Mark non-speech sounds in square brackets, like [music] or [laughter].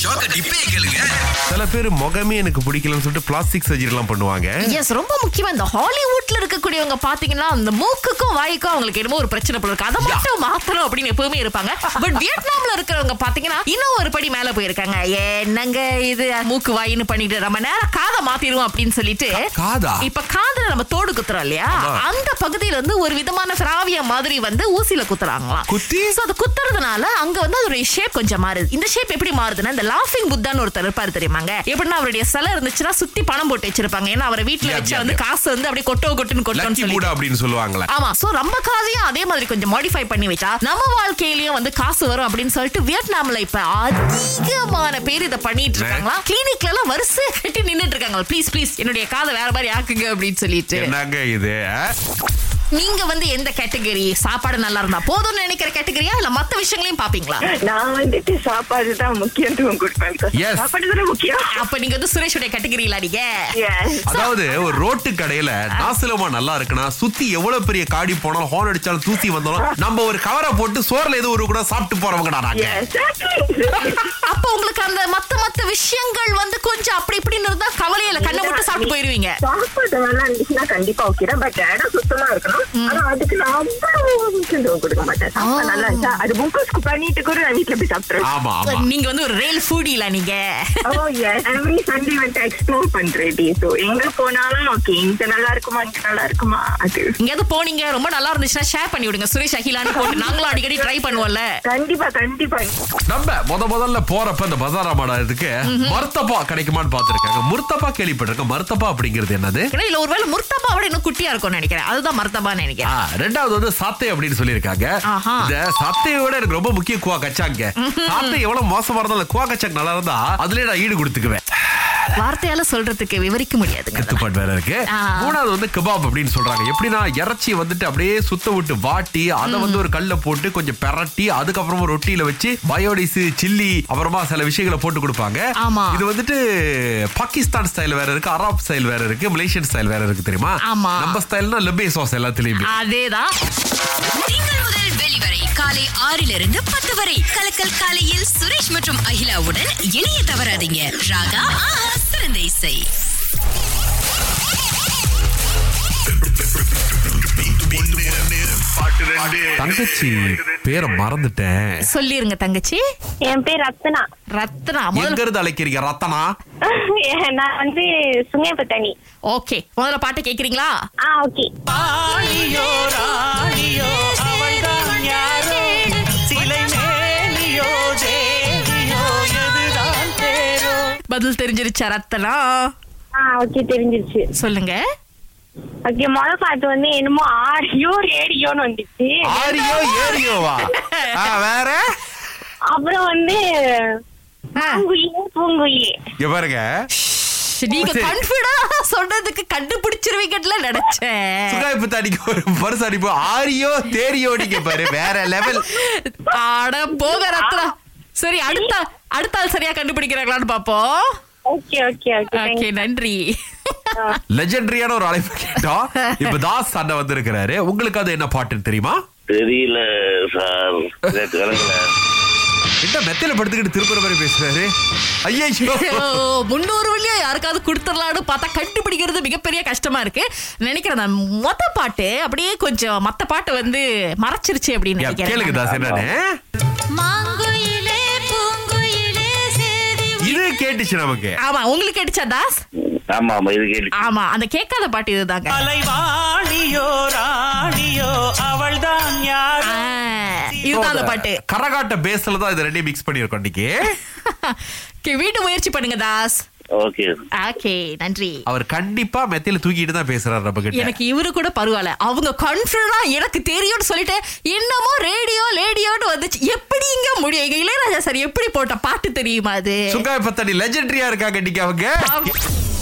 ஷோக்க டிப்பே கேளுங்க சில பேர் முகமே எனக்கு பிடிக்கலன்னு சொல்லிட்டு பிளாஸ்டிக் சர்ஜரி எல்லாம் பண்ணுவாங்க எஸ் ரொம்ப முக்கியமா இந்த ஹாலிவுட்ல இருக்கக்கூடியவங்க பாத்தீங்கன்னா அந்த மூக்குக்கும் வாய்க்கும் அவங்களுக்கு என்னமோ ஒரு பிரச்சனை போல இருக்கு அதை மட்டும் மாத்தணும் அப்படின்னு எப்பவுமே இருப்பாங்க பட் வியட்நாம்ல இருக்கிறவங்க பாத்தீங்கன்னா இன்னும் ஒரு படி மேல போயிருக்காங்க என்னங்க இது மூக்கு வாயின்னு பண்ணிட்டு நம்ம நேரம் காதை மாத்திடுவோம் அப்படின்னு சொல்லிட்டு காதா? இப்ப காதுல நம்ம தோடு குத்துறோம் இல்லையா அந்த பகுதியில வந்து ஒரு விதமான திராவிய மாதிரி வந்து ஊசியில குத்துறாங்களாம் குத்தி? So, அது குத்துறதுனால அங்க வந்து அதோட ஷேப் கொஞ்சம் மாறுது இந்த ஷேப் எப்படி மாறுதுன்னா இந்த லாஃபிங் புத்தான்னு ஒருத்தர் இருப்பாரு தெரியுமாங்க எப்படின்னா அவருடைய சிலை இருந்துச்சுன்னா சுத்தி பணம் போட்டு வச்சிருப்பாங்க ஏன்னா அவரை வீட்டுல Yeah, வச்சு yeah, வந்து yeah. காசு வந்து அப்படியே கொட்டோ கொட்டுன்னு கொட்டோன்னு லக்கி சொல்லி மூட அப்படின்னு சொல்லுவாங்களே ஆமா சோ ரொம்ப காசையும் அதே மாதிரி கொஞ்சம் மாடிஃபை பண்ணி வச்சா நம்ம வாழ்க்கையிலயும் வந்து காசு வரும் அப்படின்னு சொல்லிட்டு வியட்நாம்ல இப்ப அதிகமான பேர் இத பண்ணிட்டு இருக்காங்களா கிளினிக்ல எல்லாம் வரிசை கட்டி நின்னுட்டு இருக்காங்க ப்ளீஸ் ப்ளீஸ் என்னுடைய காதை வேற மாதிரி ஆக்குங்க அப்படின்னு சொல்லிட்டு என்னங்க இது ஆ? நீங்க வந்து எந்த கேட்டகரி சாப்பாடு நல்லா இருந்தா போதும்னு நினைக்கிற கேட்டகரியா இல்ல மத்த விஷயங்களையும் பாப்பீங்களா நான் வந்துட்டு சாப்பாடு தான் முக்கியத்துவம் கொடுப்பேன் because Yes. சாப்பாடு தானே முக்கியம் அப்ப நீங்க வந்து சுரேஷுடைய கேட்டகரியில நீங்க Yes. அதாவது ஒரு ரோட்டு கடையில நாசலமா நல்லா இருக்குன்னா சுத்தி எவ்வளவு பெரிய காடி போனாலும் ஹார்ன் அடிச்சாலும் தூசி வந்தாலும் நம்ம ஒரு கவரை போட்டு சோறுல ஏதோ ஒரு கூட சாப்பிட்டு போறவங்கடா நாங்க Yes, exactly. அப்ப உங்களுக்கு அந்த மத்த மத்த விஷயங்கள் வந்து கொஞ்சம் அப்படி இப்படின்னு இருந்தா கவலையில கண்ணை மட்டும் சாப்பிட்டு போயிருவீங்க சாப்பாடு நல்லா இருந்துச்சுன்னா கண்டிப்பா ஓகே தான் பட் இடம் சுத்தமா இருக்கணும் ஆனா அதுக்கு நான் அவ்வளவு முக்கியத்துவம் கொடுக்க மாட்டேன் சாப்பாடு நல்லா இருந்துச்சா அது முக்கோஸ் பண்ணிட்டு கூட நான் வீட்டுல போய் சாப்பிட்டுருவேன் Oh, ஆமா ஆமா நீங்க வந்து ஒரு ரயில் ஃபுடில நீங்க ஓ எஸ் எவ்ரி சண்டே வந்துட்டு எக்ஸ்ப்ளோர் பண்றேன் சோ எங்க போனாலும் ஓகே இங்க நல்லா இருக்குமா இங்க நல்லா இருக்குமா அது எங்கேயாவது போனீங்க ரொம்ப நல்லா இருந்துச்சுன்னா ஷேர் பண்ணி விடுங்க சுரேஷ் அகிலான்னு போட்டு நாங்களும் அடிக்கடி ட்ரை பண்ணுவோம்ல கண்டிப்பா கண்டிப்பா நம்ம முத முதல்ல போறப்ப இந்த பசாரா மாடா இருக்கு மர்த்தப்பா கிடைக்குமான்னு பாத்துருக்காங்க முர்த்தப்பா கேள்விப்பட்டிருக்கேன் மர்த்தப்பா அப்படிங்கிறது என்னது ஏன்னா இல்ல ஒருவேளை முர்த்தபா விட இன்னும் குட்டியா இருக்கும்னு நினைக்கிறேன் அதுதான் மர்த்தபான்னு நினைக்கிறேன் ஆ, ரெண்டாவது வந்து சாத்தை அப்படின்னு சொல்லியிருக்காங்க ஆஹா. இந்த சாத்தையை விட எனக்கு ரொம்ப முக்கிய குவா கச்சாங்க சாத்தை எவ்வளவு மோசமா இருந்தாலும் அந்த குவா கச்சாக் நல்லா இருந்தா அதுலயே நான் ஈடு கொடுத்துக்குவேன் வார்த்தையால சொல்றதுக்கு விவரிக்க முடியாதுங்க கட்டுப்பாடு வேற இருக்கு ஆ. மூணாவது வந்து கபாப் அப்படின்னு சொல்றாங்க எப்படின்னா இறைச்சி வந்துட்டு அப்படியே சுத்த விட்டு வாட்டி அதை வந்து ஒரு கல்ல போட்டு கொஞ்சம் பெரட்டி அதுக்கப்புறமா ரொட்டியில வச்சு பயோடிஸ் சில்லி அப்புறமா சில விஷயங்களை போட்டு கொடுப்பாங்க ஆமா. இது வந்துட்டு பாகிஸ்தான் ஸ்டைல் வேற இருக்கு அராப் ஸ்டைல் வேற இருக்கு மலேசியன் ஸ்டைல் வேற இருக்கு தெரியுமா ஆமா. நம்ம ஸ்டைல்னா லெபே சாஸ் எல்லாத்துலயுமே அதேதான் திங்கள் முதல் வெளிவரை காலை ஆறிலிருந்து பத்து வரை கலக்கல் காலையில் சுரேஷ் மற்றும் அகிலாவுடன் இணைய தவறாதீங்க ராகா ஆஹா சிறந்த இசை தங்கச்சி பேரை மறந்துட்டேன் சொல்லிருங்க தங்கச்சி என் பேர் ரத்னா [laughs] ரத்னா எங்க முதல்ல இருந்து அழைக்கிறீங்க ரத்தனா நான் வந்து சுங்கைப்பத்தனி ஓகே முதல்ல பாட்டை கேக்குறீங்களா ஆ ஓகே பதில் தெரிஞ்சிருச்சா ரத்தனா ஆ ஓகே தெரிஞ்சிருச்சு சொல்லுங்க ஓகே முத பாட்டு வந்து என்னமோ ஆரியோ ரேடியோன்னு வந்துச்சு ஆரியோ ஏரியோவா ஆ, வேற அப்புறம் வந்து ஆ, பூங்குயிலே பூங்குயிலே இங்க பாருங்க நீங்க சரி. கான்பிடண்டா சொல்றதுக்கு கண்டுபிடிச்சிருவீங்கல நினைச்சேன் சுகாய்ப்பு தாடிக்கு ஒரு பரிசு அடிப்பு ஆரியோ தேரியோ நீங்க பாரு வேற லெவல் அட போக ரத்னா சரி அடுத்த அடுத்த ஆள் சரியா கண்டுபிடிக்கிறாங்களான்னு பாப்போம் ஓகே ஓகே ஓகே ஓகே நன்றி லெஜெண்டரியான ஒரு அழைப்பு கேட்டோம் இப்ப தாஸ் அண்ணன் வந்திருக்கிறாரு உங்களுக்கு அது என்ன பாட்டுன்னு தெரியுமா தெரியல சார் கலங்கல என்ன மெத்தையில படுத்துக்கிட்டு திருப்புற மாதிரி பேசுறாரு ஐயோ ஐயோ, முந்நூறு வழியா யாருக்காவது கொடுத்துடலாம்னு பார்த்தா கண்டுபிடிக்கிறது மிகப்பெரிய கஷ்டமா இருக்கு நினைக்கிறேன் நான் மொத்த பாட்டு அப்படியே கொஞ்சம் மத்த பாட்டு வந்து மறைச்சிருச்சு அப்படின்னு கேளுங்க நினைக்கிறேன் தாஸ் என்னன்னு மாங்குயிலே பூங்குயிலே சேதி இது கேட்டுச்சு நமக்கு ஆமா உங்களுக்கு அடிச்சா தாஸ் ஆமா ஆமா இது கேள்வி ஆமா அந்த கேட்காத பாட்டு இதுதாங்க அலைவாணியோ ராணியோ அவள்தான் யார் ஆ, இதுதான் அந்த பாட்டு [laughs] கரகாட்ட பேஸ்ல தான் இது ரெண்டையும் மிக்ஸ் பண்ணிருக்கோம் இன்னைக்கு Okay, வீட்டு முயற்சி பண்ணுங்க தாஸ் ஓகே ஓகே நன்றி அவர் கண்டிப்பா மெத்தையில தூக்கிட்டு தான் பேசுறாரு நம்ம கிட்ட எனக்கு இவரு கூட பரவாயில்ல அவங்க கன்ஃபிடண்டா எனக்கு தெரியும்னு சொல்லிட்டு என்னமோ ரேடியோ லேடியோன்னு வந்துச்சு எப்படிங்க முடியும் எங்க இளையராஜா சார் எப்படி போட்ட பாட்டு தெரியுமா அது சுகாய்ப்பு தாடி லெஜெண்டரியா இருக்காங்க இன்னைக்கு அவங்க ஆமா.